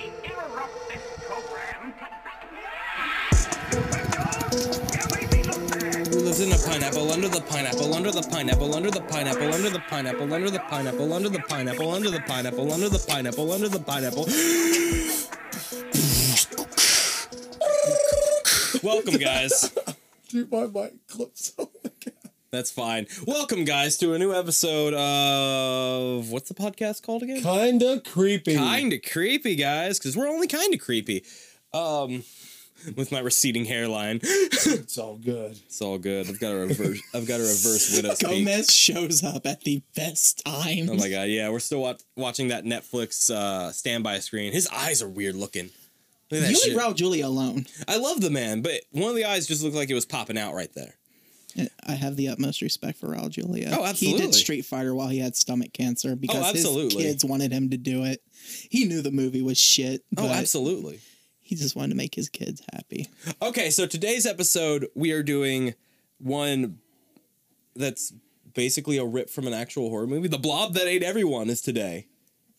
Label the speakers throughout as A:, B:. A: interrupt this program. Who
B: lives in a pineapple under the pineapple under the pineapple under the pineapple under the pineapple under the pineapple under the pineapple under the pineapple under the pineapple under the pineapple? Welcome, guys.
C: Dude, my mic Oh clips on the cat.
B: That's fine. Welcome, guys, to a new episode of what's the podcast called again?
C: Kinda creepy.
B: Kind of creepy, guys, because we're only kind of creepy. Um, with my receding hairline,
C: It's all good.
B: it's all good. I've got a reverse. I've got a reverse widow's peak.
D: Gomez shows up at the best time.
B: Oh my god, yeah, we're still wat- watching that Netflix uh, standby screen. His eyes are weird looking. Look at that
D: you
B: shit.
D: leave Raul Julia alone.
B: I love the man, but one of the eyes just looked like it was popping out right there.
D: I have the utmost respect for Raul Julia.
B: Oh,
D: He
B: absolutely. Oh,
D: did Street Fighter while he had stomach cancer because his
B: absolutely.
D: kids wanted him to do it. He knew the movie was shit.
B: Oh,
D: but
B: absolutely.
D: He just wanted to make his kids happy.
B: Okay, so today's episode we are doing one that's basically a rip from an actual horror movie. The Blob that ate everyone is today.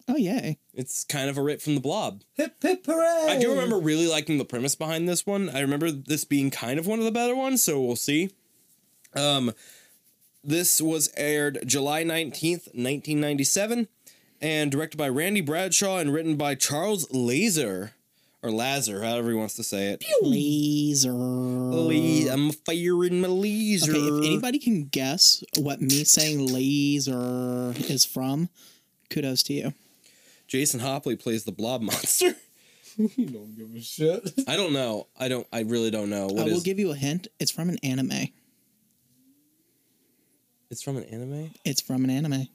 D: Oh, yay.
B: It's kind of a rip from The Blob.
C: Hip hip hooray!
B: I do
D: Oh.
B: remember really liking the premise behind this one. I remember this being kind of one of the better ones, so we'll see. Um, this was aired July 19th, 1997, and directed by Randy Bradshaw and written by Charles Lazer, or Lazar, however he wants to say it.
D: Laser.
B: La- I'm firing my laser.
D: Okay, if anybody can guess what me saying laser is from, kudos to you.
B: Jason Hopley plays the blob monster.
C: You don't give a shit.
B: I don't know. I don't. I really don't know
D: I
B: what
D: will
B: is.
D: give you a hint. It's from an anime.
B: it's from an anime.
D: It's from an anime.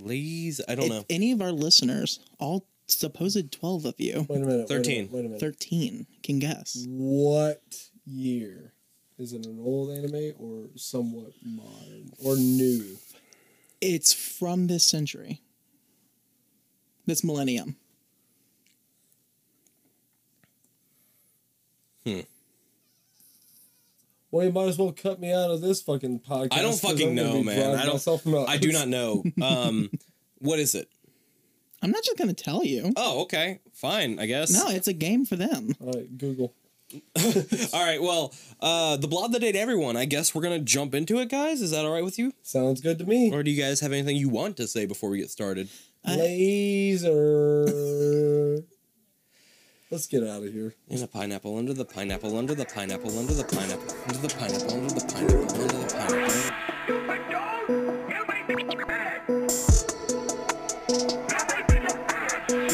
B: Laser. I don't
D: if
B: know.
D: any of our listeners, all supposed 12 of you,
C: Wait a minute. wait a
B: 13.
C: minute, Wait a minute.
D: 13 can guess.
C: What year? Is it an old anime or somewhat modern or new?
D: It's from this century, this millennium.
C: Well, you might as well cut me out of this fucking podcast.
B: I don't
C: 'cause
B: fucking
C: I'm gonna
B: know,
C: be
B: man.
C: driving
B: I don't.
C: myself nuts.
B: I do not know. Um, what is it?
D: I'm not just going to tell you.
B: Oh, okay, fine. I guess.
D: No, it's a game for them.
C: All right, Google.
B: All right. Well, uh, the blob that ate everyone. I guess we're gonna jump into it, guys. Is that all right with you?
C: Sounds good to me.
B: Or do you guys have anything you want to say before we get started?
D: I,
C: Laser. Let's get out of here.
B: In a pineapple under the pineapple under the pineapple under the pineapple under the pineapple under the pineapple under the pineapple.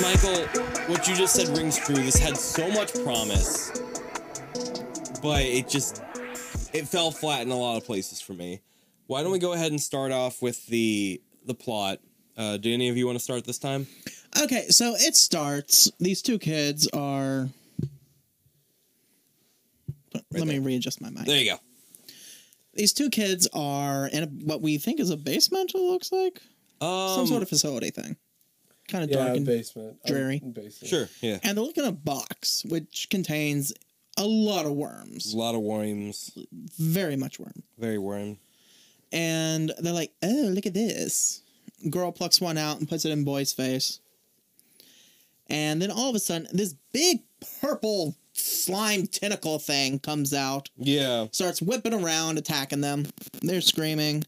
B: Michael, what you just said rings true. This had so much promise, but it just it fell flat in a lot of places for me. Why don't we go ahead and start off with the the plot? Uh, do any of you want to start this time?
D: okay, so it starts. These two kids are. Let me
B: there.
D: readjust my mic.
B: There you go.
D: These two kids are in a, what we think is a basement, it looks like.
B: Um,
D: Some sort of facility thing. Kind of
C: Yeah,
D: dark and
C: basement. I'm
D: dreary.
C: in basement.
B: sure, yeah.
D: and they're looking at a box which contains a lot of worms,
B: A lot of worms,
D: very much worm.
B: very worm.
D: And they're like, "Oh, look at this!" Girl plucks one out and puts it in boy's face. And then all of a sudden, this big purple slime tentacle thing comes out,
B: Yeah,
D: starts whipping around, attacking them. They're screaming.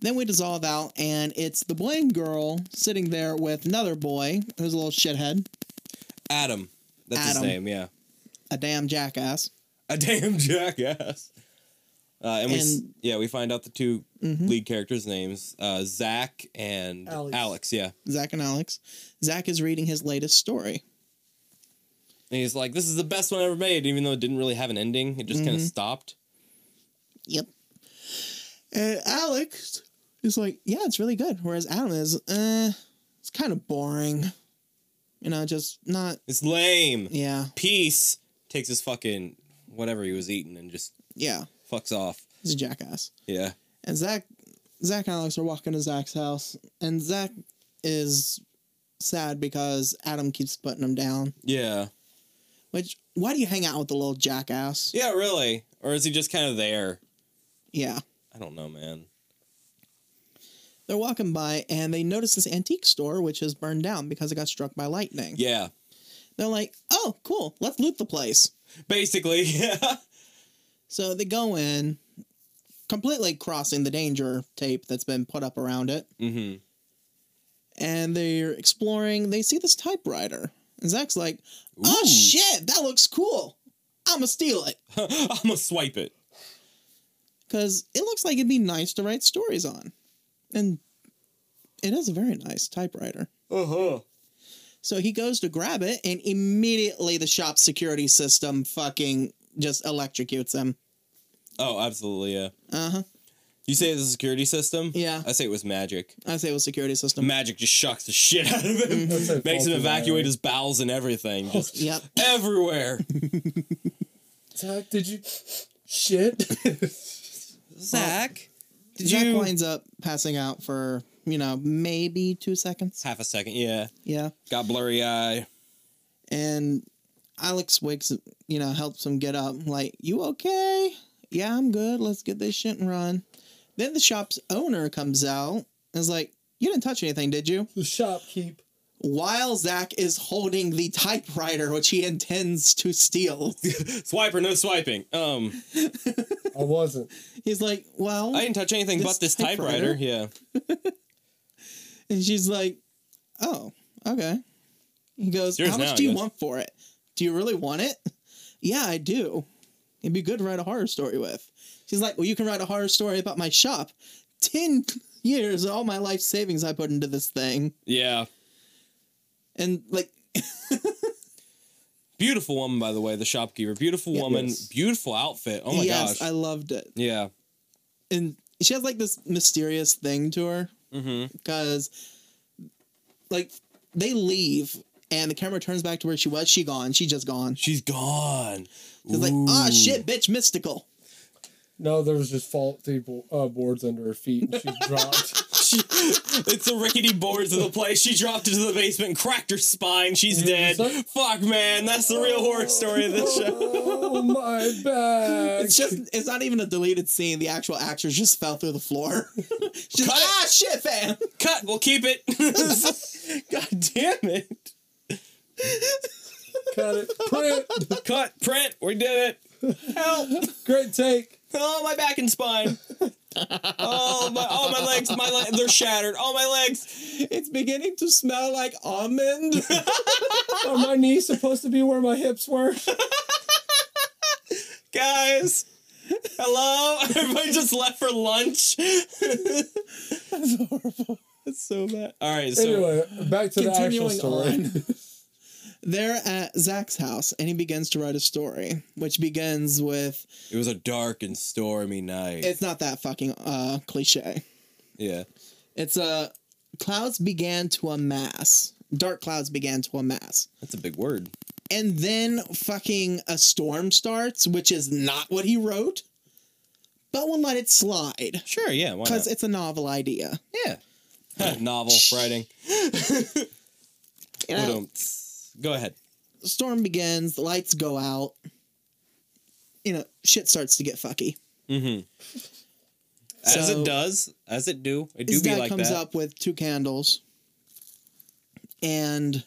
D: Then we dissolve out, and it's the boy and girl sitting there with another boy who's a little shithead,
B: Adam. That's
D: Adam.
B: his name. Yeah,
D: a damn jackass.
B: a damn jackass. Uh, and we s
D: And-
B: yeah we find out the 2
D: Mhm.
B: lead characters' names, uh, Zach and
C: Alex.
B: Alex. Yeah,
D: Zach and Alex. Zach is reading his latest story.
B: And he's like, this is the best one ever made, even though it didn't really have an ending. It just kind of
D: Mhm.
B: stopped.
D: Yep. And Alex is like, yeah, it's really good. Whereas Adam is, uh, it's kind of boring. You know, just not,
B: It's lame.
D: yeah,
B: Peace takes his fucking whatever he was eating and just
D: yeah,
B: fucks off.
D: he's a jackass.
B: Yeah.
D: And Zach, Zach and Alex are walking to Zach's house, and Zach is sad because Adam keeps putting him down.
B: Yeah.
D: Which, why do you hang out with the little jackass?
B: Yeah, really. Or is he just kind of there?
D: Yeah.
B: I don't know, man.
D: They're walking by and they notice this antique store, which is burned down because it got struck by lightning.
B: Yeah.
D: They're like, oh, cool, let's loot the place.
B: Basically, yeah.
D: So they go in, completely crossing the danger tape that's been put up around it,
B: Mm-hmm.
D: and they're exploring. They see this typewriter. And Zach's like, oh
B: Ooh.
D: shit, that looks cool. I'ma steal it.
B: I'm gonna swipe it.
D: Because it looks like it'd be nice to write stories on. And it is a very nice typewriter.
B: Uh huh.
D: So he goes to grab it, and immediately the shop's security system fucking just electrocutes him.
B: Oh, absolutely, yeah.
D: Uh huh.
B: You say it's a security system?
D: Yeah.
B: I say it was magic.
D: I say it was security
B: The Mm-hmm.
D: system.
B: magic just shocks the shit out of him.
C: That's like
B: Makes him
C: Baltimore,
B: evacuate
C: right?
B: his bowels and everything. Just
D: Yep.
B: everywhere.
C: Zach, did you? Shit.
B: Zach. Did
D: Jack
B: you
D: winds up passing out for, you know, maybe two seconds.
B: half a second, yeah.
D: Yeah.
B: Got blurry eye.
D: And Alex wakes, you know, helps him get up. Like, you okay? Yeah, I'm good. Let's get this shit and run. Then the shop's owner comes out and is like, You didn't touch anything, did you?
C: the shopkeep.
D: While Zach is holding the typewriter, which he intends to steal.
B: Swipe or no swiping. Um
C: I wasn't.
D: He's like, well,
B: I didn't touch anything
D: This
B: but this
D: typewriter?
B: typewriter. Yeah.
D: and she's like, oh, okay. He goes,
B: Yours
D: how much
B: now,
D: do
B: I
D: you
B: guess."
D: want for it? Do you really want it? Yeah, I do. It'd be good to write a horror story with. She's like, well, you can write a horror story about my shop. Ten years of all my life savings I put into this thing,
B: Yeah.
D: and like,
B: Beautiful woman, by the way, the shopkeeper. Beautiful
D: Yeah.
B: woman.
C: Yes.
B: Beautiful outfit. Oh my
D: yes,
B: gosh.
D: I loved it.
B: yeah.
D: And she has like this mysterious thing to her
B: Mm-hmm.
D: because, like, they leave. And the camera turns back to where she was. She gone. She just gone.
B: She's gone.
D: It's like, ah,
B: Ooh.
D: shit, bitch, mystical.
C: No, there was just faulty bo- uh, boards under her feet, and she dropped.
B: She, it's the rickety boards of the place. She dropped into the basement, cracked her spine. She's dead. Fuck, man. That's the real horror story of this show.
C: oh my back!
D: It's just, it's not even a deleted scene. The actual actress just fell through the floor. She's
B: Cut
D: like,
B: it.
D: ah, shit, fam.
B: Cut. We'll keep it. God damn it.
C: Cut it. Print.
B: Cut. Print. We did it. Help.
C: Great take.
B: Oh, my back and spine. Oh my! Oh my legs! My legs! They're shattered. Oh my legs!
D: It's beginning to smell like almond.
C: Are my knees supposed to be where my hips were?
B: Guys, hello! Everybody just left for lunch.
D: That's horrible. That's so bad.
B: All right, so
C: Anyway, back to the actual
D: Continuing
C: story.
D: on. They're at Zach's house and he begins to write a story, which begins with
B: it was a dark and stormy night.
D: it's not that fucking uh, cliche.
B: yeah.
D: It's uh, clouds began to amass, dark clouds began to amass.
B: That's a big word.
D: and then fucking a storm starts, which is not what he wrote, but we'll let it slide
B: Sure, yeah, why
D: because it's a novel idea.
B: yeah. Novel writing.
D: You know,
B: Ba-dum-ts. Go ahead.
D: storm begins, the lights go out. You know, shit starts to get fucky.
B: Mm-hmm. As
D: So-
B: it does, as it do, it do
D: This
B: be
D: guy
B: like
D: comes
B: that.
D: up with two candles, and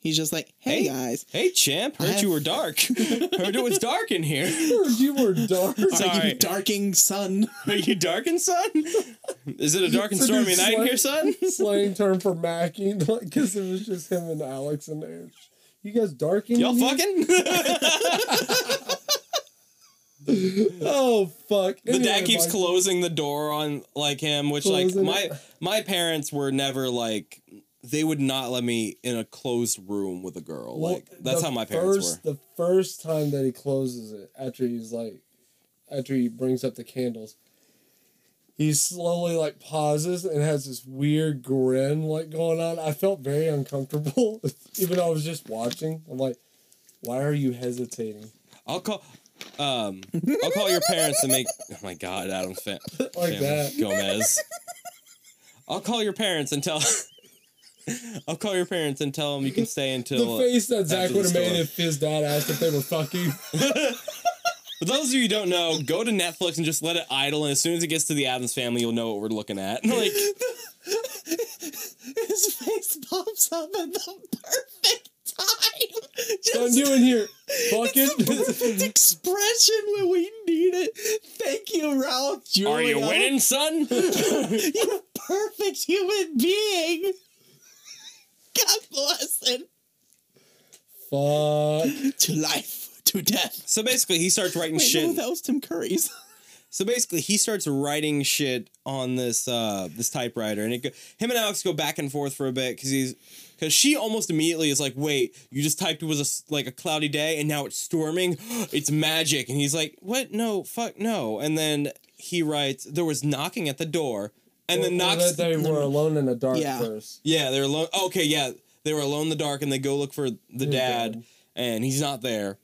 D: he's just like, "Hey,
B: Hey.
D: guys,
B: Hey, champ,
D: I
B: heard you
D: have-
B: were dark. heard it was dark in here.
C: Heard you were dark.
B: Sorry.
D: are you
B: Alright.
D: darking sun?"
B: Are you darkened, son? Is it a dark and stormy
C: Produced
B: night in
C: slang-
B: here, son?
C: Slang term for macking, because it was just him and Alex in there. You guys darking?
B: Y'all
C: in here?
B: fucking?
C: Oh fuck!
B: the dad keeps
C: Mike,
B: closing the door on like him, which like
C: Closing
B: my
C: it.
B: my parents were never like they would not let me in a closed room with a girl.
C: Well,
B: like that's
C: the
B: how my parents
C: first,
B: were.
C: The first time that he closes it, after he's like, after he brings up the candles, he slowly like pauses and has this weird grin like going on. I felt very uncomfortable, even though I was just watching. I'm like, why are you hesitating?
B: I'll call um I'll call your parents and make Oh my god, Adam Fan-
C: Like
B: Family
C: that.
B: Gomez. I'll call your parents and tell I'll call your parents and tell them you can stay until
C: the face that Zach
B: after the
C: would have made
B: store.
C: if his dad asked if they were fucking.
B: For those of you who don't know, go to Netflix and just let it idle, and as soon as it gets to the Adams family, you'll know what we're looking at. Like,
D: His face pops up at the perfect time. time.
C: So I'm
D: Just
C: doing here. Fucking.
D: it's the perfect expression when we need it. Thank you, Ralph. You're
B: Are you
D: like,
B: winning, son?
D: You perfect human being. God bless it.
C: Fuck.
D: To life, to death.
B: so basically, he starts writing
D: Wait,
B: shit.
D: no, that was Tim Curry's.
B: So basically, he starts writing shit on this uh, this typewriter, and it go- him and Alex go back and forth for a bit because he's because she almost immediately is like, "Wait, you just typed it was a s like a cloudy day, and now it's storming. it's magic." And he's like, "What? No, fuck no." And then he writes, "There was knocking at the door," and then
C: Well,
B: knocks.
C: They were alone in the dark
D: Yeah.
C: first.
B: yeah, they're alone. oh, Okay, yeah, they were alone in the dark, and they go look for the dad,
C: dad.
B: and he's not there.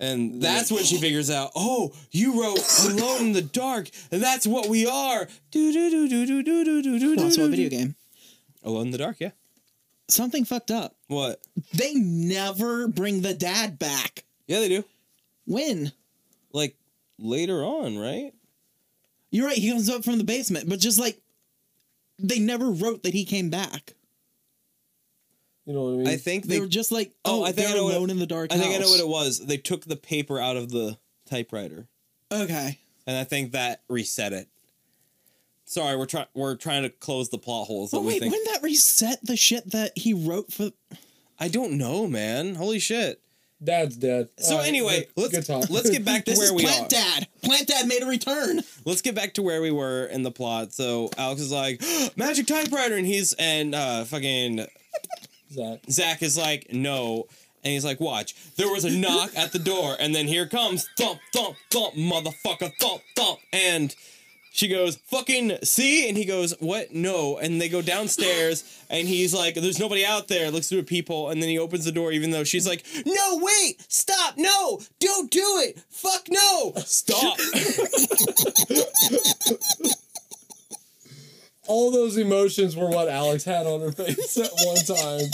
B: And that's when she figures out, oh, you wrote Alone in the Dark, and that's what we are. Do do do do do do do do do. do,
D: Also, a
B: do.
D: video game.
B: Alone in the Dark, yeah.
D: Something fucked up.
B: What?
D: They never bring the dad back.
B: Yeah, they do.
D: When?
B: Like later on, right?
D: You're right, he comes up from the basement, but just like they never wrote that he came back.
C: You know what I mean?
B: I think
D: They,
B: they.
D: were just like,
B: Oh,
D: oh,
B: I
D: I
B: think I
D: they're
B: know what it-
D: alone in the dark.
B: I think I know
D: house.
B: what it was. They took the paper out of the typewriter,
D: Okay.
B: and I think that reset it. Sorry, we're trying we're trying to close the plot holes that
D: But
B: we
D: wait,
B: think.
D: wouldn't that reset the shit that he wrote for?
B: I don't know, man. Holy shit.
C: Dad's dead.
B: So
C: All right,
B: anyway,
C: good-
B: let's
C: good talk.
B: let's get back to
D: This
B: where
D: is
B: we
D: Plant
B: are.
D: Dad. Plant Dad made a return.
B: let's get back to where we were in the plot. So Alex is like, magic typewriter, and he's and uh fucking
C: Zach.
B: Zach is like, no. And he's like, watch, there was a knock at the door, and then here comes thump, thump, thump, motherfucker, thump, thump. And she goes, fucking see? And he goes, what? No. And they go downstairs, and he's like, there's nobody out there, looks through people, and then he opens the door, even though she's like, no, wait, stop, no, don't do it, fuck no, stop.
C: All those emotions were what Alex had on her face at one time.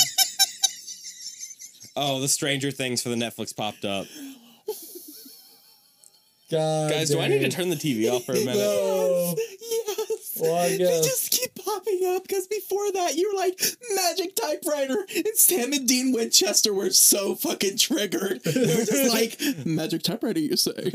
B: Oh, the Stranger Things for the Netflix popped up.
C: God
B: Guys, do I need to
C: dang.
B: turn the TV off for a minute?
C: No.
D: Yes.
C: Well, I
D: They
C: guess.
D: just keep popping up because before that you were like magic typewriter, and Sam and Dean Winchester were so fucking triggered. They were just like magic typewriter, you say?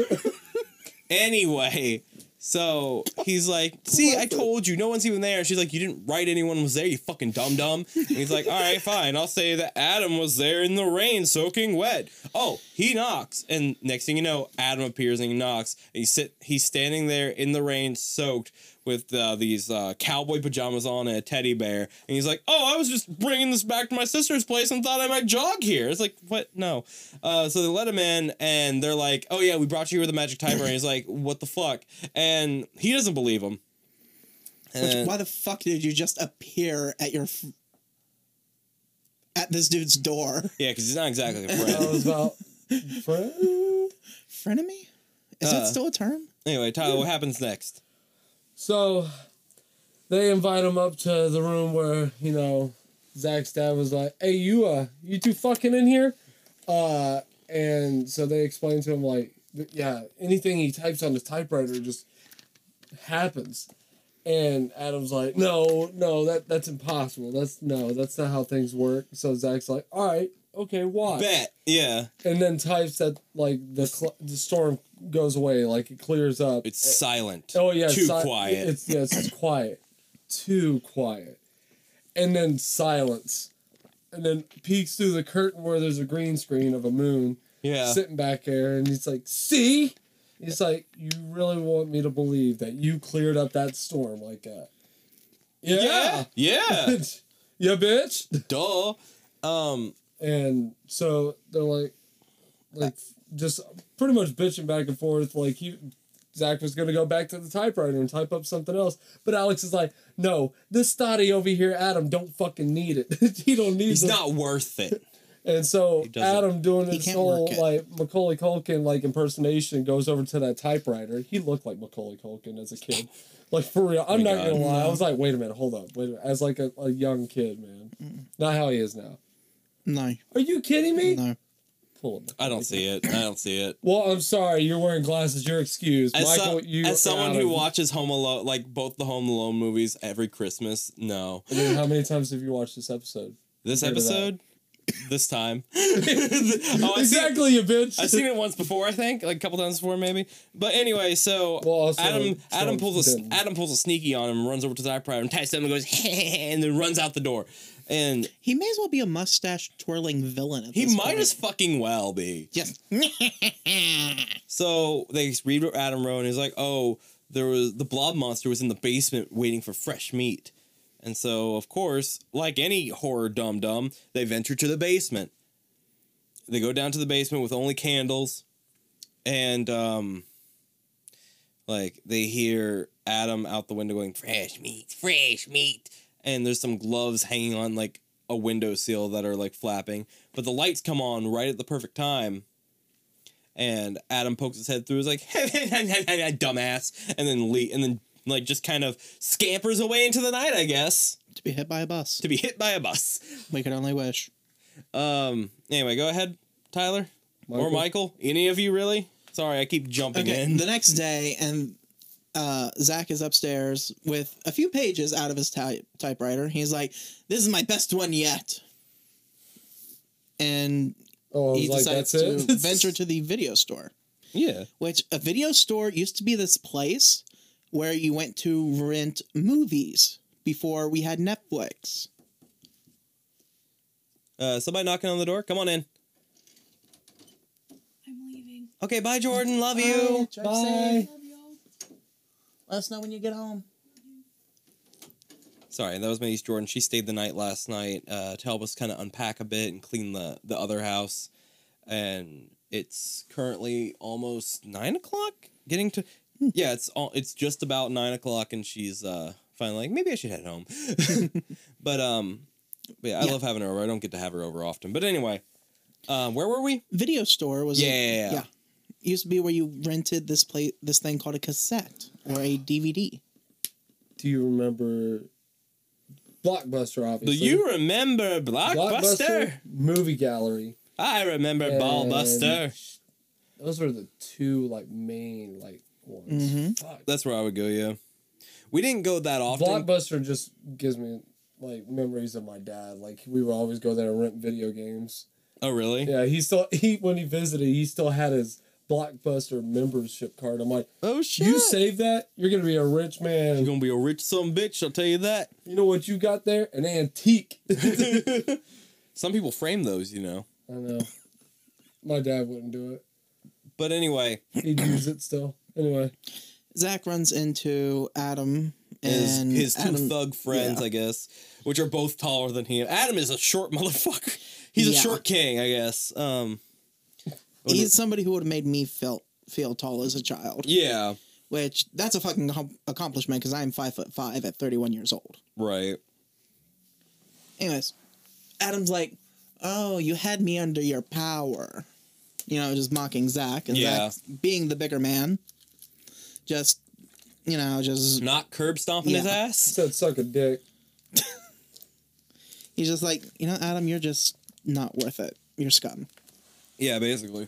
B: Anyway, so he's like, "See, I told you, no one's even there." And she's like, "You didn't write anyone was there, you fucking dumb dumb." And he's like, "All right, fine. I'll say that Adam was there in the rain, soaking wet. Oh, he knocks." And next thing you know, Adam appears and he knocks. And he sit, he's standing there in the rain, soaked with uh, these uh, cowboy pajamas on and a teddy bear. And he's like, "Oh, I was just bringing this back to my sister's place and thought I might jog here." It's like, "What? No." Uh, so they let him in, and they're like, "Oh yeah, we brought you here with the magic timer." And he's like, "What the fuck?" And he doesn't believe him.
D: Which,
B: And-
D: why the fuck did you just appear at your f- at this dude's door?
B: yeah, because he's not exactly a
C: That
B: friend.
C: was about friend.
D: Frenemy? Is
B: Uh,
D: that still a term?
B: anyway, Tyler, what happens next?
C: So they invite him up to the room where, you know, Zach's dad was like, Hey you uh you two fucking in here? Uh and so they explain to him like th- yeah, anything he types on his typewriter just happens. And Adam's like, No, no, that that's impossible. That's no, that's not how things work. So Zach's like, Alright, okay, why?
B: Bet. Yeah,
C: And then types that like the cl- the storm goes away, like it clears up.
B: it's silent.
C: Oh yeah,
B: too
C: si-
B: quiet.
C: It's yes, it's quiet, too quiet, and then silence, and then peeks through the curtain where there's a green screen of a moon
B: yeah.
C: sitting back there, and he's like, "See," he's like, "You really want me to believe that you cleared up that storm like that?"
B: yeah.
C: Yeah,
B: Yeah.
C: yeah, bitch.
B: Duh. Um.
C: And so they're like, like just pretty much bitching back and forth. Like he, Zach was gonna go back to the typewriter and type up something else, but Alex is like, no, this study over here, Adam, don't fucking need it. he don't need
B: He's
C: this.
B: not worth it.
C: And so
B: He doesn't.
C: Adam doing
D: He
C: this
D: can't
C: whole
D: work it.
C: like Macaulay Culkin like impersonation goes over to that typewriter. He looked like Macaulay Culkin as a kid. Like for real, I'm
B: Oh my
C: not
B: God.
C: gonna lie. I was like, wait a minute, hold up, wait a minute. As like a, a young kid, man, not how he is now.
D: No,
C: Are you kidding me?
D: no.
C: Pull it.
B: I don't see it. I don't see it.
C: Well, I'm sorry, you're wearing glasses. You're excused,
B: As,
C: Michael.
B: so-
C: you
B: as someone who
C: watched,
B: watches Home Alone, like both the Home Alone movies every Christmas, no.
C: I mean, how many times have you watched this episode?
B: This
C: Heard of that.
B: episode, this time. oh, I've seen,
C: exactly, you bitch.
B: I've seen it once before, I think, like a couple times before, maybe. But anyway, so
C: Well, also,
B: Adam Adam
C: Trump's
B: pulls a
C: dead.
B: Adam pulls a sneaky on him, runs over to the typewriter, and types something, and goes, and then runs out the door. And
D: He may as well be a mustache twirling villain. At
B: he
D: this
B: might
D: point.
B: as fucking well be.
D: Yes.
B: So they read what Adam wrote, and he's like, "Oh, there was the blob monster was in the basement waiting for fresh meat," and so of course, like any horror dum dum, they venture to the basement. They go down to the basement with only candles, and um, like they hear Adam out the window going, "Fresh meat, fresh meat," and there's some gloves hanging on like a window sill that are like flapping, but the lights come on right at the perfect time and Adam pokes his head through. Is like, dumbass, and then le- and then like just kind of scampers away into the night, I guess,
D: to be hit by a bus.
B: to be hit by a bus.
D: We could only wish.
B: Um. Anyway, go ahead, Tyler or Michael. Any of you really? Sorry, I keep jumping
D: Okay.
B: in.
D: The next day, and uh, Zach is upstairs with a few pages out of his ty- typewriter. He's like, "This is my best one yet," and
C: Oh, I
D: he
C: was like,
D: decides
C: that's
D: to
C: it.
D: venture to the video store.
B: yeah.
D: Which a video store used to be this place where you went to rent movies before we had Netflix.
B: Uh, somebody knocking on the door. Come on in.
E: I'm leaving.
B: Okay, bye, Jordan. Love you.
C: Bye.
E: Love y'all.
D: Let us know when you get home.
B: Sorry, that was my niece Jordan. She stayed the night last night uh, to help us kind of unpack a bit and clean the the other house. And it's currently almost nine o'clock. Getting to yeah, it's all it's just about nine o'clock, and she's uh, finally like maybe I should head home. but um, but yeah, I
D: Yeah.
B: love having her over. I don't get to have her over often. But anyway, um, where were we?
D: Video store was
B: Yeah, yeah, yeah.
D: Used to be where you rented this play this thing called a cassette or a DVD.
C: Do you remember Blockbuster?
B: Do
C: Obviously,
B: you remember Blockbuster?
C: movie gallery.
B: I remember
C: And-
B: Ballbuster.
C: Those were the two like main like ones.
B: Mm-hmm.
D: Mhm.
C: Fuck.
B: That's where I would go. Yeah, we didn't go that often.
C: Blockbuster just gives me like memories of my dad. Like we would always go there and rent video games.
B: oh, really?
C: Yeah, he still he when he visited, he still had his Blockbuster membership card. I'm like,
B: Oh shit!
C: you save that, you're gonna be a rich
B: You're
C: man.
B: gonna be a rich son of a bitch. I'll tell you that.
C: You know what you got there? An antique. I
B: Some people frame those, you know.
C: know. My dad wouldn't do it.
B: But anyway,
C: He'd use it still. Anyway,
D: Zach runs into Adam
B: his,
D: and
B: his two
D: Adam-
B: thug friends,
D: yeah.
B: I guess, which are both taller than him. Adam is a short motherfucker. He's a
D: Yeah.
B: short king, I guess. Um,
D: He's somebody who would have made me feel feel tall as a child,
B: yeah,
D: which that's a fucking com- accomplishment because I am five foot five at thirty one years old.
B: right.
D: Anyways, Adam's like, "Oh, you had me under your power," you know, just mocking Zach and
B: Yeah.
D: Zach being the bigger man, just you know, just
B: Not curb stomping his
D: Yeah.
B: ass.
C: said suck a dick.
D: he's just like, you know, Adam, you're just not worth it. You're scum.
B: Yeah, basically.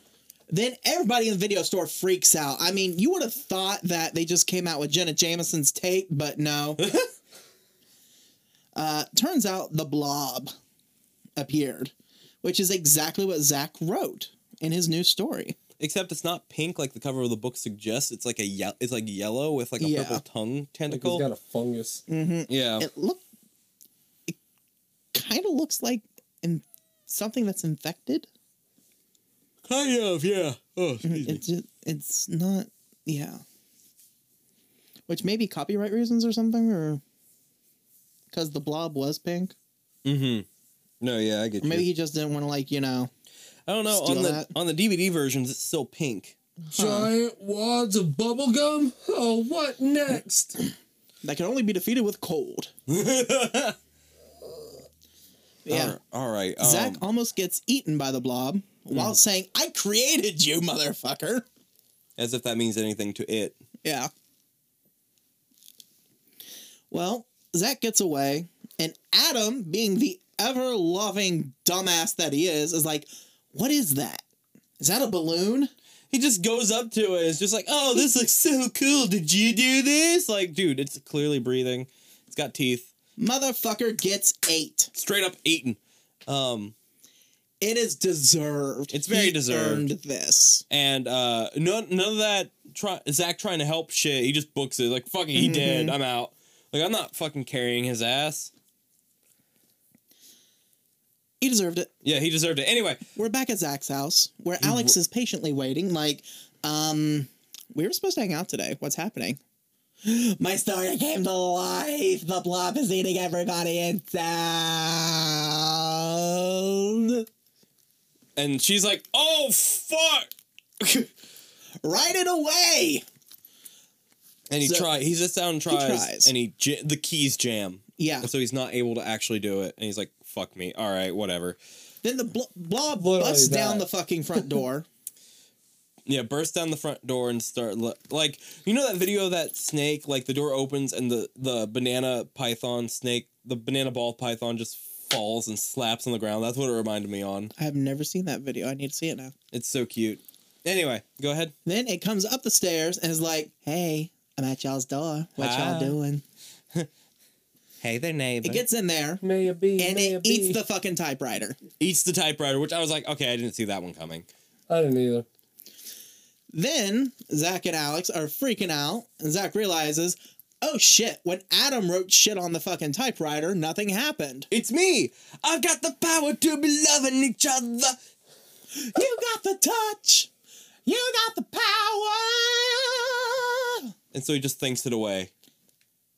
D: Then everybody in the video store freaks out. I mean, you would have thought that they just came out with Jenna Jameson's tape, but no. uh, turns out the blob appeared, which is exactly what Zach wrote in his new story.
B: Except it's not pink like the cover of the book suggests. It's like a ye- it's like yellow with like a
D: Yeah.
B: purple tongue
C: Like he's
B: tentacle.
C: got a fungus.
B: yeah,
D: It look, it kind of looks like in something that's infected.
B: kind of. Yeah. Oh, excuse me.
D: It's just, it's not, yeah. Which maybe copyright reasons or something, or because the blob was pink.
B: Mm-hmm. No, yeah, I get
D: Or
B: you.
D: maybe he just didn't want to, like, you know.
B: I don't know.
D: Steal
B: on the
D: that.
B: on the DVD versions, it's still pink.
C: Giant wads of bubblegum? Oh, what next?
D: That can only be defeated with cold. Yeah.
B: All right. Um,
D: Zach almost gets eaten by the blob while saying, I created you, motherfucker.
B: As if that means anything to it.
D: Yeah. Well, Zach gets away, and Adam, being the ever loving dumbass that he is, is like, What is that? Is that a balloon?
B: He just goes up to it. It's just like, oh, this looks so cool. Did you do this? Like, dude, it's clearly breathing. It's got teeth.
D: Motherfucker gets ate.
B: Straight up eaten. Um,
D: It is deserved.
B: It's very
D: He
B: deserved.
D: Earned this.
B: And uh, none none of that try, Zach trying to help shit. He just books it like fucking
D: Mm-hmm.
B: he did. I'm out. Like I'm not fucking carrying his ass.
D: He deserved it.
B: Yeah, he deserved it. Anyway,
D: We're back at Zach's house where Alex is patiently waiting. Like, um, we were supposed to hang out today. What's happening? My story came to life. The blob is eating everybody in town.
B: and she's like, "Oh fuck."
D: Right it away.
B: And he
D: So-
B: try he sits down and tries,
D: tries.
B: and he j- the keys jam.
D: Yeah.
B: So he's not able to actually do it and he's like, "Fuck me. All right, whatever."
D: Then the bl- blob
C: Literally
D: busts
C: that.
D: down the fucking front door.
B: Yeah, burst down the front door and start li- like you know that video of that snake like the door opens and the the banana python snake, the banana ball python just falls and slaps on the ground. That's what it reminded me on.
D: I have never seen that video. I need to see it now.
B: It's so cute. Anyway, go ahead.
D: Then it comes up the stairs and is like, "Hey, I'm at y'all's door. What
B: Hi.
D: y'all doing?"
B: Hey there, neighbor.
D: It gets in there
C: May it be.
D: and
C: may
D: it
C: be.
D: eats the fucking typewriter.
B: eats the typewriter, which I was like, okay, I didn't see that one coming.
C: I didn't either.
D: Then Zach and Alex are freaking out, and Zach realizes, "Oh shit! When Adam wrote shit on the fucking typewriter, nothing happened.
B: It's me. I've got the power to be loving each other.
D: You got the touch. You got the power."
B: And so he just thinks it away.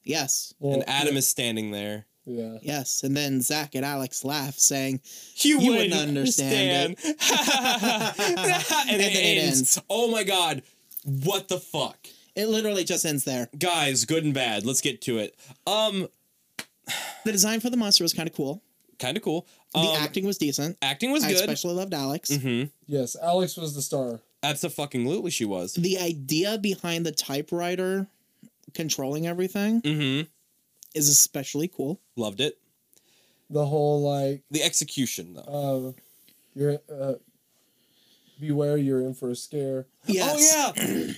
D: Yes,
C: Well,
B: and Adam is standing there.
C: Yeah.
D: yes. And then Zach and Alex laugh, saying,
B: You,
D: wouldn't understand
B: understand. and,
D: And
B: it
D: then it
B: ends.
D: ends.
B: Oh my god. What the fuck?
D: "It literally just ends there."
B: Guys, good and bad. Let's get to it. Um,
D: The design for the monster was kind of cool.
B: kind of cool.
D: The
B: Um,
D: acting was decent.
B: acting was
D: I
B: good. Mm-hmm.
D: especially loved Alex.
C: Yes, Alex was the star.
B: Absolutely, she was.
D: The idea behind the typewriter controlling everything
B: Mm-hmm.
D: is especially cool.
B: Loved it.
C: The whole like,
B: The execution,
D: Oh,
B: though.
C: uh, you're uh, beware, you're in for a scare.
D: Yes.
B: Oh yeah,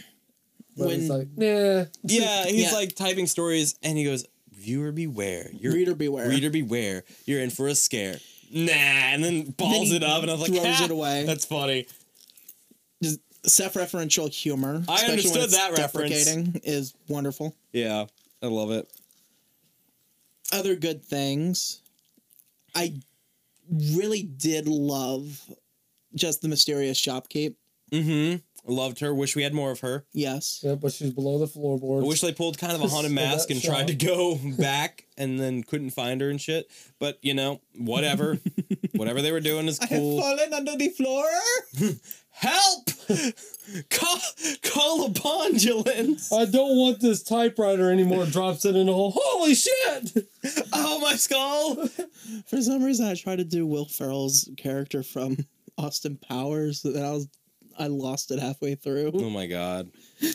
C: But it's
D: When-
C: like, nah.
B: yeah. He's
D: Yeah.
B: like typing stories, and he goes, "Viewer beware. You're
D: Reader beware.
B: Reader beware. You're in for a scare." Nah, and then balls
D: he
B: it up, and I was like,
D: throws
B: "Ha,
D: it away."
B: That's funny.
D: Self-referential humor.
B: I
D: especially when
B: understood
D: it's
B: that reference.
D: deprecating, Is wonderful.
B: Yeah, I love it.
D: Other good things. I really did love just the mysterious shopkeep.
B: Mm-hmm. Loved her. Wish we had more of her.
D: Yes.
C: Yeah, but she's below the
B: I
C: floorboards.
B: wish they pulled kind of a haunted
C: So
B: mask
C: that
B: and tried to go back and then couldn't find her and shit. But you know, whatever. whatever they were doing is cool.
D: fallen under the floor.
B: Help! call call a bondulance.
C: I don't want this typewriter anymore. Drops it in a hole. Holy shit!
B: Oh my skull!
D: For some reason, I tried to do Will Ferrell's character from Austin Powers, and I was I lost it halfway through.
B: Oh my god.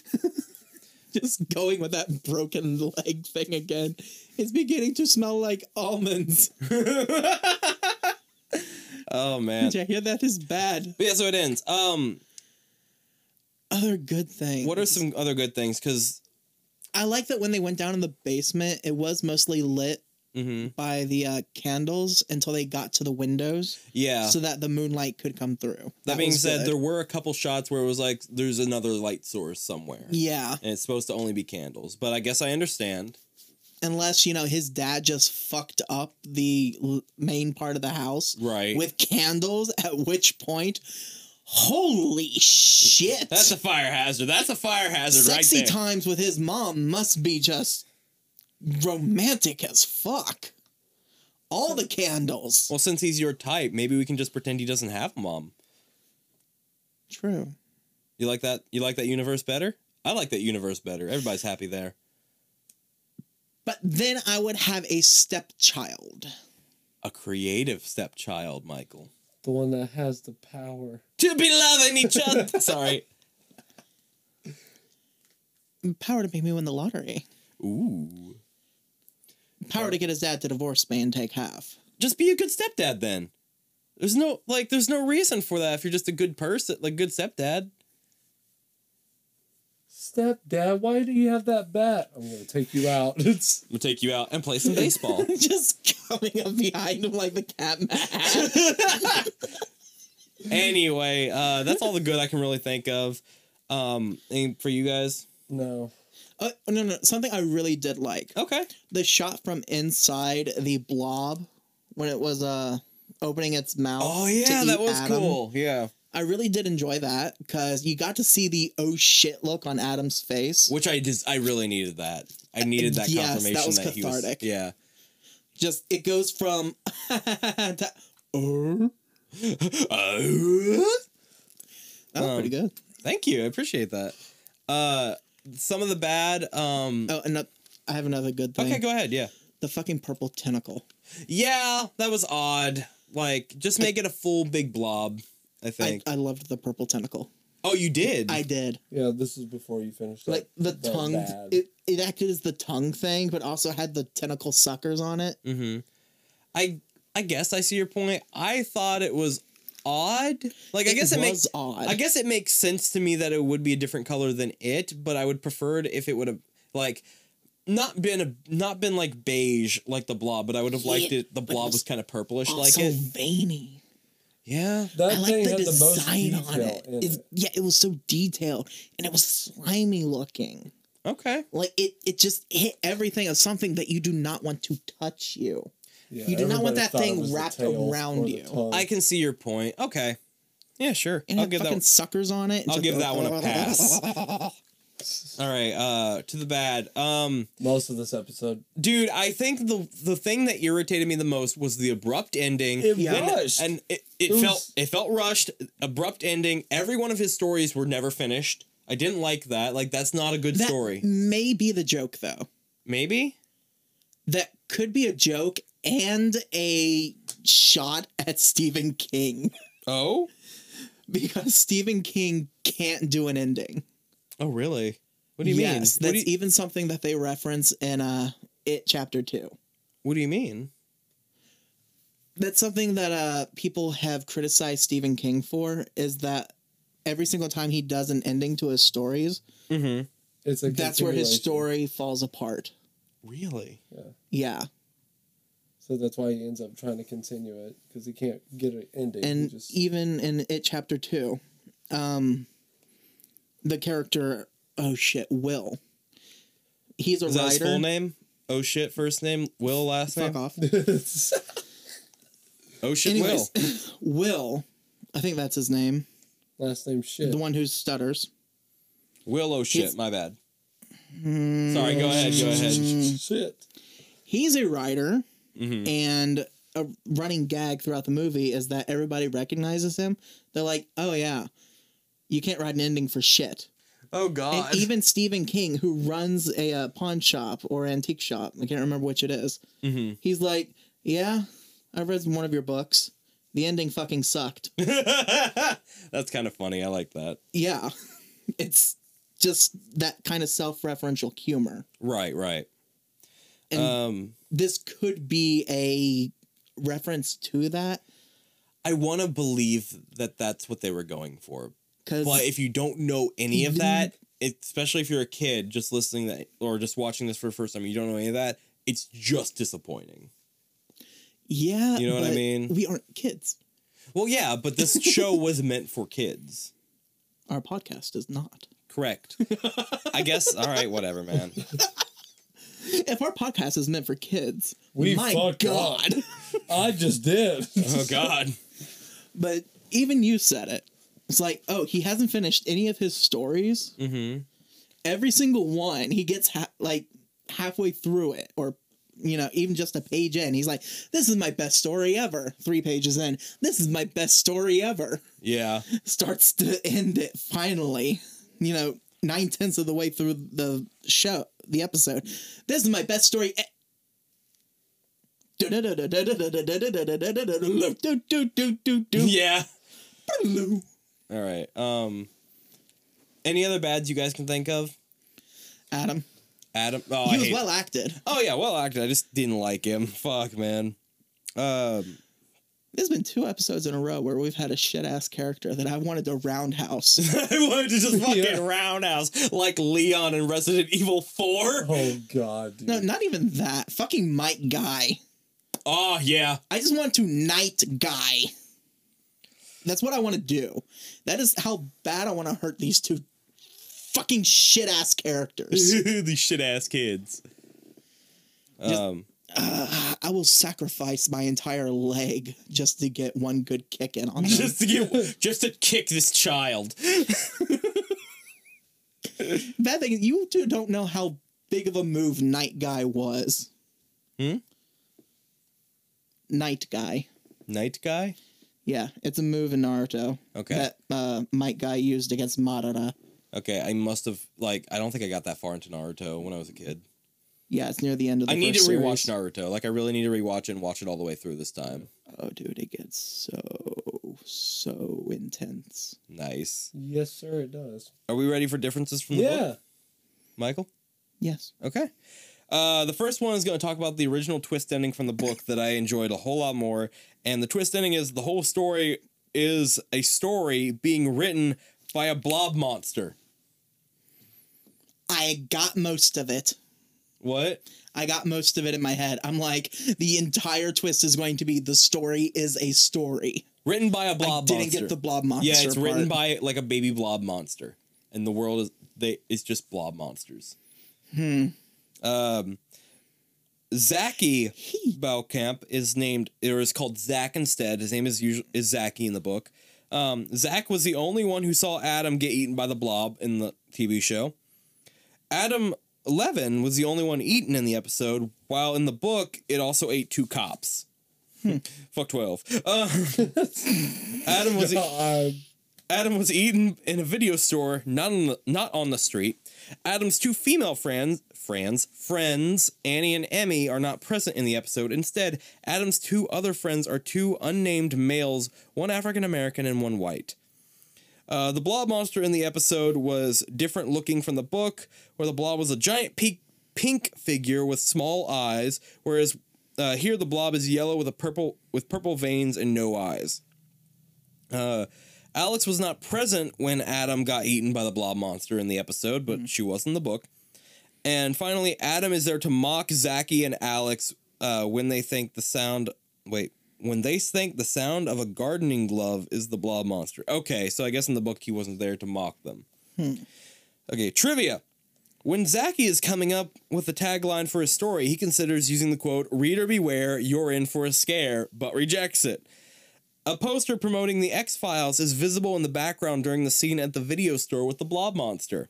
D: Just going with that broken leg thing again. It's beginning to smell like almonds.
B: Oh man.
D: Did you hear that? Is bad.
B: But yeah, so it ends. Um,
D: Other good things.
B: what are some other good things? Because
D: I like that when they went down in the basement, it was mostly lit
B: mm-hmm.
D: by the uh, candles until they got to the windows,
B: yeah.
D: so that the moonlight could come through.
B: that, being
D: was
B: said,
D: good.
B: there were a couple shots where it was like there's another light source somewhere,
D: yeah,
B: and it's supposed to only be candles. But I guess I understand.
D: unless you know his dad just fucked up the l- main part of the house
B: Right.
D: with candles. At which point, holy shit!
B: That's a fire hazard. That's a fire hazard
D: sexy
B: right there.
D: times with his mom must be just romantic as fuck. All the candles.
B: Well, since he's your type, maybe we can just pretend he doesn't have a mom.
D: True.
B: You like that? You like that universe better? I like that universe better. Everybody's happy there.
D: But then I would have a stepchild.
B: A creative stepchild, Michael.
C: The one that has the power.
B: To be loving each other. Sorry.
D: Power to make me win the lottery.
B: Ooh.
D: Power to get his dad to divorce me and take half.
B: just be a good stepdad then. There's no like there's no reason for that if you're just a good person, like good stepdad.
C: Stepdad, why do you have that bat? I'm gonna take you out. It's
B: I'm gonna take you out and play some baseball.
D: just coming up behind him like the cat man.
B: anyway, uh, that's all the good I can really think of. Um, and for you guys,
C: No.
D: Uh, no, no, something I really did like
B: okay,
D: the shot from inside the blob when it was uh opening its mouth.
B: oh
D: to
B: yeah,
D: eat
B: that was
D: Adam.
B: cool, yeah,
D: I really did enjoy that because you got to see the oh shit look on Adam's face.
B: which I just I really needed that. I needed that
D: yes, that
B: confirmation that,
D: was
B: he
D: cathartic.
B: was, yeah.
D: Just it goes from to,
B: Uh, uh,
D: that was
B: Um,
D: pretty good.
B: thank you, I appreciate that. Uh, some of the bad, um,
D: Oh, and uh, I have another good thing.
B: okay, go ahead, yeah.
D: The fucking purple tentacle.
B: Yeah, that was odd. Like, just make it a full big blob. I
D: I,
B: think.
D: I loved the purple tentacle.
B: oh, you did.
D: I did.
C: Yeah, this is before you finished.
D: Like the
C: that
D: tongue,
C: bad.
D: it, it acted as the tongue thing, but also had the tentacle suckers on it.
B: mm-hmm. I I guess I see your point. I thought it was odd. Like, I guess it
D: was
B: makes.
D: odd.
B: I guess it makes sense to me that it would be a different color than it, but I would prefer it if it would have like not been a not been like beige like the blob, but I would have liked
D: Yeah,
B: it. The
D: but it
B: blob
D: was
B: was kind of purplish
D: Oh,
B: like
D: so
B: it.
D: veiny.
B: Yeah.
C: that
D: I
C: thing
D: like the
C: had the most
D: design
C: detail
D: on it.
C: in
D: It's-
C: it.
D: Yeah, it was so detailed and it was slimy looking.
B: Okay.
D: Like it, it just hit everything as something that you do not want to touch you.
C: Yeah,
D: you do not
C: everybody
D: want that
C: thought it
D: thing
C: was the
D: wrapped
C: tail
D: around
C: or the
D: you.
C: tongue.
B: I can see your point. Okay. Yeah, sure. I'll
D: And it had
B: give that
D: fucking suckers on it. It's
B: I'll
D: just-
B: give that one a pass. All right, uh, to the bad. Um,
C: most of this episode.
B: dude, I think the the thing that irritated me the most was the abrupt ending.
C: It
D: Yeah.
B: And-
C: rushed.
B: and it, it,
C: It was-
B: felt it felt rushed. Abrupt ending. Every one of his stories were never finished. I didn't like that. Like that's not a good
D: That
B: story.
D: may be the joke though.
B: Maybe.
D: That could be a joke and a shot at Stephen King
B: Oh.
D: because Stephen King can't do an ending.
B: Oh really? What do you mean?
D: yes,
B: What do
D: that's
B: you,
D: even something that they reference in uh it chapter two.
B: what do you mean?
D: That's something that uh people have criticized Stephen King for is that every single time he does an ending to his stories,
B: Mm-hmm.
C: It's a
D: that's where his
C: continuation.
D: story falls apart.
B: Really?
D: Yeah,
C: So that's why he ends up trying to continue it because he can't get an ending. He
D: and e
C: just,
D: even in it chapter two, um, the character oh shit Will, he's a
B: Is that his
D: writer.
B: full name? Oh shit, first name. Will last
D: Fuck
B: name.
D: off.
B: Oh shit,
D: Anyways,
B: Will.
D: Will, I think that's his name,
C: last name shit.
D: the one who stutters.
B: Will. Oh shit.
D: He's- Hmm.
B: My bad. Sorry. Go ahead. Go
D: Oh,
B: ahead.
C: Shit.
D: He's a writer.
B: Mm-hmm.
D: and a running gag throughout the movie is that everybody recognizes him. They're like, "Oh yeah, you can't write an ending for shit."
B: Oh
D: And even Stephen King, who runs a uh, pawn shop or antique shop, I can't remember which it is,
B: Mhm.
D: he's like, "Yeah, I read one of your books. The ending fucking sucked."
B: That's kind of funny. I like that.
D: yeah, it's just that kind of self-referential humor,
B: Right, right.
D: and
B: um
D: this could be a reference to that
B: I want to believe that that's what they were going for.
D: because
B: But if you don't know any of that, it, especially if you're a kid just listening that or just watching this for the first time, you don't know any of that, it's just disappointing.
D: yeah,
B: You know what I
D: but
B: mean?
D: We aren't kids.
B: Well, yeah, but this show was meant for kids.
D: Our podcast is not.
B: Correct. I guess all right, whatever, man.
D: If our podcast is meant for kids,
C: We
D: my
C: fucked
D: God.
C: I just did.
B: Oh god.
D: But even you said it. It's like, oh, he hasn't finished any of his stories.
B: Mhm.
D: Every single one, he gets ha- like halfway through it, or you know, even just a page in. He's like, "This is my best story ever." Three pages in, this is my best story ever.
B: Yeah.
D: Starts to end it finally. You know, nine tenths of the way through the show, the episode. This is my best story. e-
B: Yeah. All right. Um any other bads you guys can think of?
D: Adam,
B: Adam. Oh,
D: he
B: I
D: was
B: hate
D: well acted.
B: Oh yeah, well acted. I just didn't like him. Fuck, man. Um,
D: There's been two episodes in a row where we've had a shit ass character that I wanted to roundhouse.
B: I wanted to just fucking
C: Yeah.
B: roundhouse like Leon in Resident Evil Four.
C: Oh god, dude.
D: No, not even that. Fucking Mike Guy.
B: Oh yeah,
D: I just want to knight Guy. That's what I want to do. That is how bad I want to hurt these two fucking shit ass characters.
B: These shit ass kids.
D: Just-
B: Um,
D: Uh, I will sacrifice my entire leg just to get one good kick in on them.
B: just to get, just to kick this child.
D: Bad thing, is, you two don't know how big of a move Night Guy was.
B: Hmm?
D: Night Guy.
B: Night guy.
D: Yeah, it's a move in Naruto
B: Okay.
D: that uh, Might Guy used against Madara.
B: Okay, I must have like I don't think I got that far into Naruto when I was a kid.
D: Yeah, it's near the end of the.
B: I need to
D: first
B: rewatch
D: series.
B: Naruto. Like I really need to rewatch it and watch it all the way through this time.
D: Oh, dude, it gets so so intense.
B: Nice.
C: Yes, sir, it does.
B: Are we ready for differences from the
C: Yeah.
B: book, Michael?
D: Yes.
B: Okay. Uh, the first one is going to talk about the original twist ending from the book that I enjoyed a whole lot more. And the twist ending is the whole story is a story being written by a blob monster.
D: I got most of it.
B: What?
D: I got most of it in my head. I'm like, the entire twist is going to be the story is a story.
B: Written by a
D: I
B: blob
D: didn't
B: monster.
D: get the blob monster.
B: yeah, it's written
D: part.
B: by like a baby blob monster, and the world is they it's just blob monsters.
D: Hmm.
B: Um, Zaki Balkamp is named or is called Zack instead. His name is usually is Zaki in the book. Um, Zach was the only one who saw Adam get eaten by the blob in the TV show. Adam Levin was the only one eaten in the episode, while in the book it also ate two cops.
D: Hmm.
B: Fuck twelve. Uh, Adam was. the-
C: Uh,
B: Adam was eaten in a video store, not on the, not on the street. Adam's two female friends, friends, friends, Annie and Emmy, are not present in the episode. Instead, Adam's two other friends are two unnamed males, one African American and one white. Uh, the blob monster in the episode was different looking from the book, where the blob was a giant pe- pink figure with small eyes, whereas uh, here the blob is yellow with a purple with purple veins and no eyes. Uh, Alex was not present when Adam got eaten by the blob monster in the episode, but she was in the book. And finally, Adam is there to mock Zaki and Alex uh, when they think the sound. Wait, when they think the sound of a gardening glove is the blob monster. Okay, so I guess in the book he wasn't there to mock them. Okay, trivia. When Zaki is coming up with the tagline for his story, he considers using the quote, Reader beware, you're in for a scare, but rejects it. A poster promoting the X Files is visible in the background during the scene at the video store with the blob monster.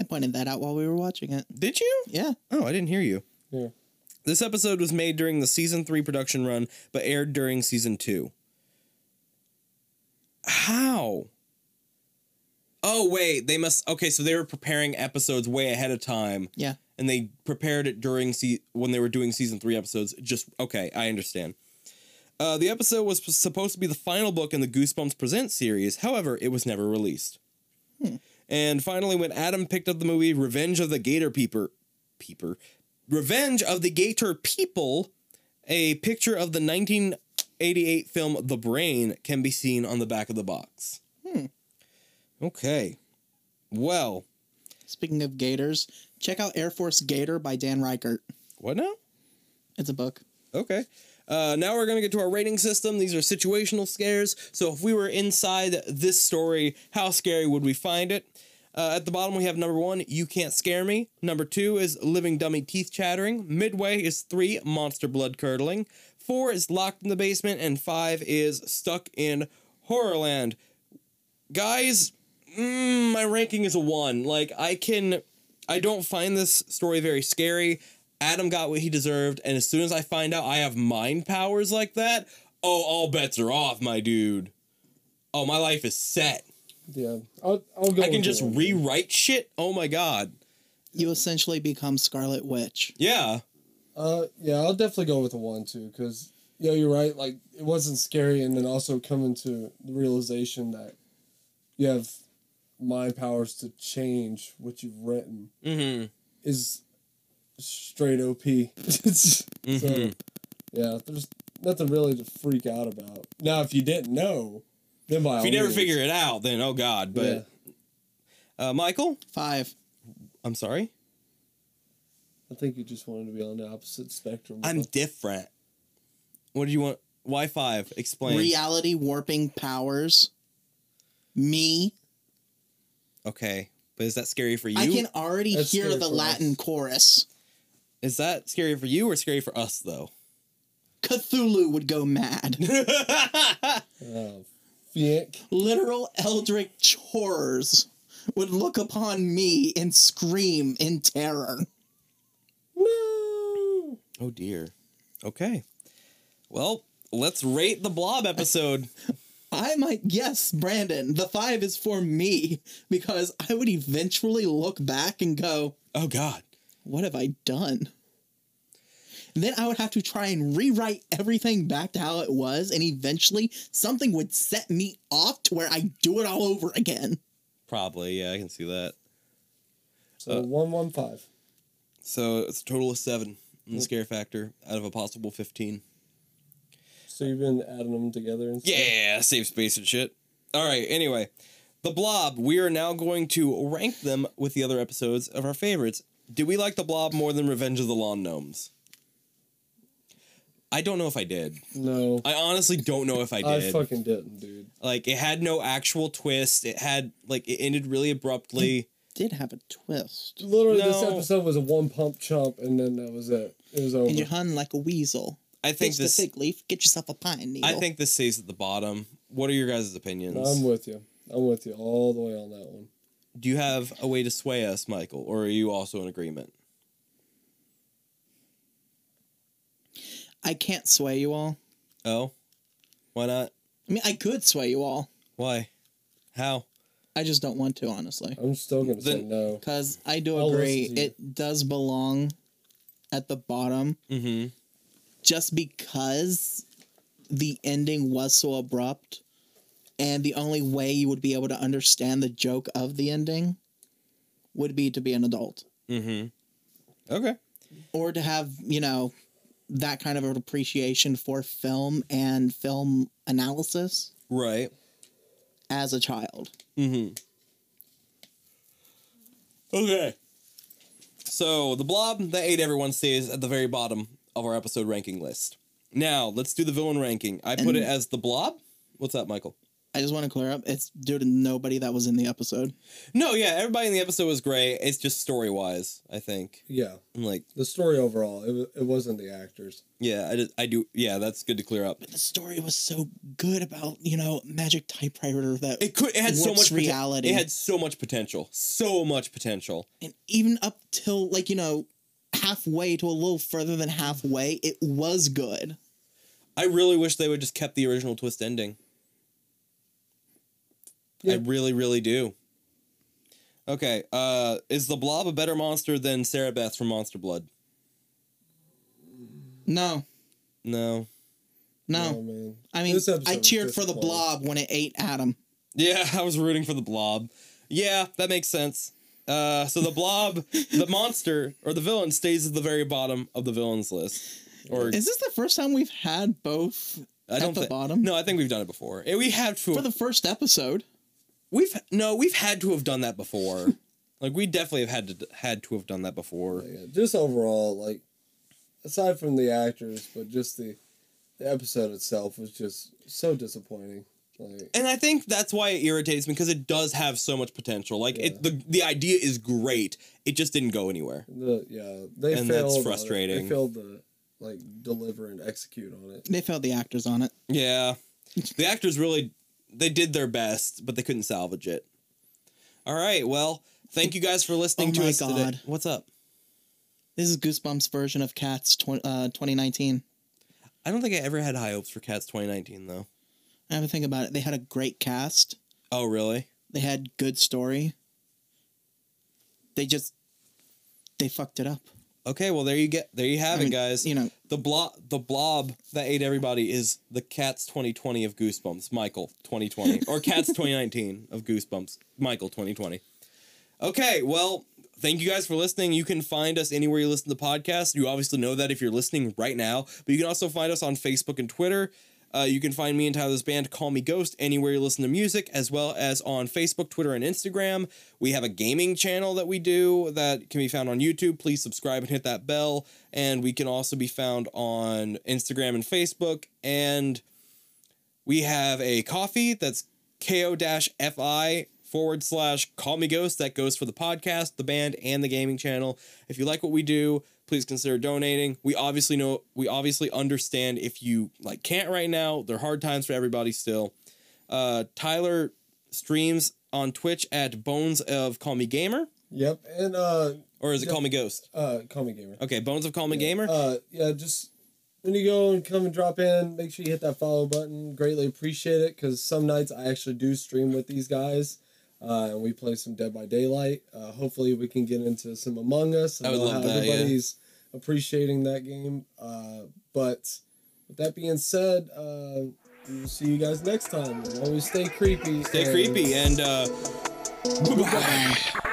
D: I pointed that out while we were watching it.
B: Did you?
D: Yeah.
B: Oh, I didn't hear you.
C: yeah.
B: This episode was made during the season three production run, but aired during season two. How? Oh, wait, they must. Okay, so they were preparing episodes way ahead of time,
D: Yeah.
B: and they prepared it during se- when they were doing season three episodes. Just okay, I understand. Uh, the episode was supposed to be the final book in the Goosebumps Presents series. However, it was never released. And finally, when Adam picked up the movie Revenge of the Gator Peeper, Peeper, Revenge of the Gator People, a picture of the 1988 film The Brain can be seen on the back of the box. Okay. Well,
D: Speaking of gators, check out Air Force Gator by Dan Reichert.
B: what now?
D: It's a book.
B: Okay. Uh, now we're going to get to our rating system. These are situational scares. So if we were inside this story, how scary would we find it? Uh, at the bottom, we have number one, You Can't Scare Me. Number two is Living Dummy Teeth Chattering. Midway is three, Monster Blood Curdling. Four is Locked in the Basement. And five is Stuck in Horrorland. Guys, mm, my ranking is a one. Like, I can. I don't find this story very scary. Adam got what he deserved, and as soon as I find out I have mind powers like that, oh, all bets are off, my dude. Oh, my life is set.
C: Yeah. I'll, I'll go
B: I can
C: with
B: just
D: Oh,
C: you on that.
B: rewrite shit. Oh my god.
D: You essentially become Scarlet Witch.
B: Yeah.
C: Uh, yeah, I'll definitely go with the one too, because yeah, you're right. Like it wasn't scary, and then also coming to the realization that you have mind powers to change what you've written
B: Mm-hmm.
C: is straight OP. so
B: Mhm.
C: yeah, there's nothing really to freak out about. Now, if you didn't know, then by
B: If
C: all
B: you never
C: means-
B: figure it out, then oh god. But uh, Michael,
D: Five.
B: I'm sorry.
C: I think you just wanted to be on the opposite spectrum.
B: I'm different. What do you want? Why five? Explain.
D: Reality warping powers. Me.
B: okay, but is that scary for you?
D: I can already
C: That's
D: hear
C: scary
D: the
C: for us.
D: Latin chorus.
B: Is that scary for you or scary for us though?
D: Cthulhu would go mad.
C: Oh, fick.
D: Literal eldritch horrors would look upon me and scream in terror.
C: No.
B: oh dear. Okay. Well, let's rate the Blob episode.
D: I might, yes, Brandon, the five is for me because I would eventually look back and go,
B: oh God.
D: what have I done? And then I would have to try and rewrite everything back to how it was, and eventually something would set me off to where I do it all over again.
B: Probably. Yeah, I can see that.
C: So
B: Uh,
C: one one five.
B: So it's a total of seven on the scare factor out of a possible fifteen.
C: So you've been adding them together and stuff?
B: Yeah, save space and shit. All right, anyway. The Blob, we are now going to rank them with the other episodes of our favorites. Did we like The Blob more than Revenge of the Lawn Gnomes? I don't know if I did.
C: No.
B: I honestly don't know if I
C: I,
B: did.
C: fucking didn't, dude.
B: like it had no actual twist. It had like it ended really abruptly.
D: Did have a twist.
C: Literally, this
B: No.
C: episode was a one pump chump, and then that was it. It was over.
D: And you hung like a weasel.
B: I think
D: Pitch
B: this
D: the fig leaf, get yourself a pine needle.
B: I think this stays at the bottom. What are your guys'
C: I'm
B: opinions?
C: with you. I'm with you all the way on that one.
B: Do you have a way to sway us, Michael, or are you also in agreement?
D: I can't sway you all.
B: Oh? Why not?
D: I mean, I could sway you all.
B: Why? How?
D: I just don't want to,
B: Oh.
D: honestly.
C: I'm still gonna say
B: Then-
C: no.
D: Because I do
C: I'll
D: agree,
C: listen to you.
D: it does belong at the bottom
B: Mm-hmm.
D: just because the ending was so abrupt. And the only way you would be able to understand the joke of the ending would be to be an adult
B: Mm-hmm. Okay.
D: or to have, you know, that kind of an appreciation for film and film analysis
B: Right.
D: as a child.
B: Mm-hmm. Okay. So the blob that ate everyone stays at the very bottom of our episode ranking list. Now let's do the villain ranking. I put
D: And-
B: it as the blob. What's that, Michael?
D: I just want to clear up it's due to nobody that was in the episode.
B: No, yeah, everybody in the episode was great. It's just story wise, I think.
C: Yeah,
B: I'm like,
C: the story overall, it, wa- it wasn't the actors.
B: yeah, I, just, I do. Yeah, that's good to clear up.
D: The story was so good about, you know, magic typewriter that
B: It could. It had so much
D: Warps
B: poten-
D: reality.
B: It had so much potential. So much potential.
D: and even up till like you know halfway to a little further than halfway it was good
B: I really wish they would just kept the original twist ending.
C: Yeah.
B: I really, really do. Okay, uh, is the Blob a better monster than Sarah Beth from Monster Blood?
D: no
B: No.
D: no,
C: Oh, man.
D: i mean
C: This episode
D: i
C: was
D: cheered for the
C: disappointing.
D: blob when it ate adam
B: Yeah, I was rooting for the Blob. Yeah, that makes sense. Uh, so the Blob, the monster or the villain, stays at the very bottom of the villains list. Or
D: is this the first time we've had both
B: I don't
D: at the
B: thi-
D: bottom?
B: No, I think we've done it before. Eh, We have to.
D: for the first episode
B: we've no, we've had to have done that before. like we definitely have had to had to have done that before.
C: Yeah, just overall, like aside from the actors, but just the the episode itself was just so disappointing. Like
B: and I think that's why it irritates me because it does have so much potential. Like
C: Yeah.
B: it, the the idea is great. It just didn't go anywhere.
C: the yeah, they
B: And that's
C: failed. on it.
B: frustrating.
C: They failed to like deliver and execute on it.
D: they failed the actors on it
B: Yeah, the actors really they did their best, but they couldn't salvage it. All right, well, thank you guys for listening
D: Oh
B: to
D: my
B: us today.
D: God.
B: What's up?
D: this is goosebumps version of cats tw- uh, 2019
B: I don't think I ever had high hopes for Cats 2019 though.
D: i have to think about it they had a great cast
B: Oh really?
D: they had good story they just they fucked it up
B: Okay, well there you get there you have
D: I
B: it,
D: mean,
B: guys.
D: you know
B: the blob the blob that ate everybody is the Cats 2020 of Goosebumps, Michael 2020, or Cats 2019 of Goosebumps, Michael 2020. Okay, well, thank you guys for listening. You can find us anywhere you listen to podcasts. You obviously know that if you're listening right now, but you can also find us on Facebook and Twitter. Uh, you can find me and Tyler's band, Call Me Ghost, anywhere you listen to music, as well as on Facebook, Twitter, and Instagram. We have a gaming channel that we do that can be found on YouTube. Please subscribe and hit that bell. And we can also be found on Instagram and Facebook. And we have a coffee that's ko-fi forward slash call me ghost that goes for the podcast, the band, and the gaming channel. If you like what we do, please consider donating. We obviously know we obviously understand if you like can't right now. They're hard times for everybody still. Uh, Tyler streams on Twitch at Bones of Call Me Gamer,
C: Yep. And uh
B: or is it
C: No.
B: Call Me Ghost?
C: uh call me gamer.
B: Okay, Bones of Call Me Gamer.
C: Uh yeah, just when you go and come and drop in, make sure you hit that follow button. Greatly appreciate it because some nights I actually do stream with these guys. Uh, and we play some Dead by Daylight. Uh, hopefully we can get into some Among Us.
B: I would
C: know
B: love
C: how
B: that, yeah.
C: Everybody's appreciating that game. Uh, but with that being said, uh, we'll see you guys next time. Always stay creepy.
B: Stay creepy and uh,
C: Goodbye.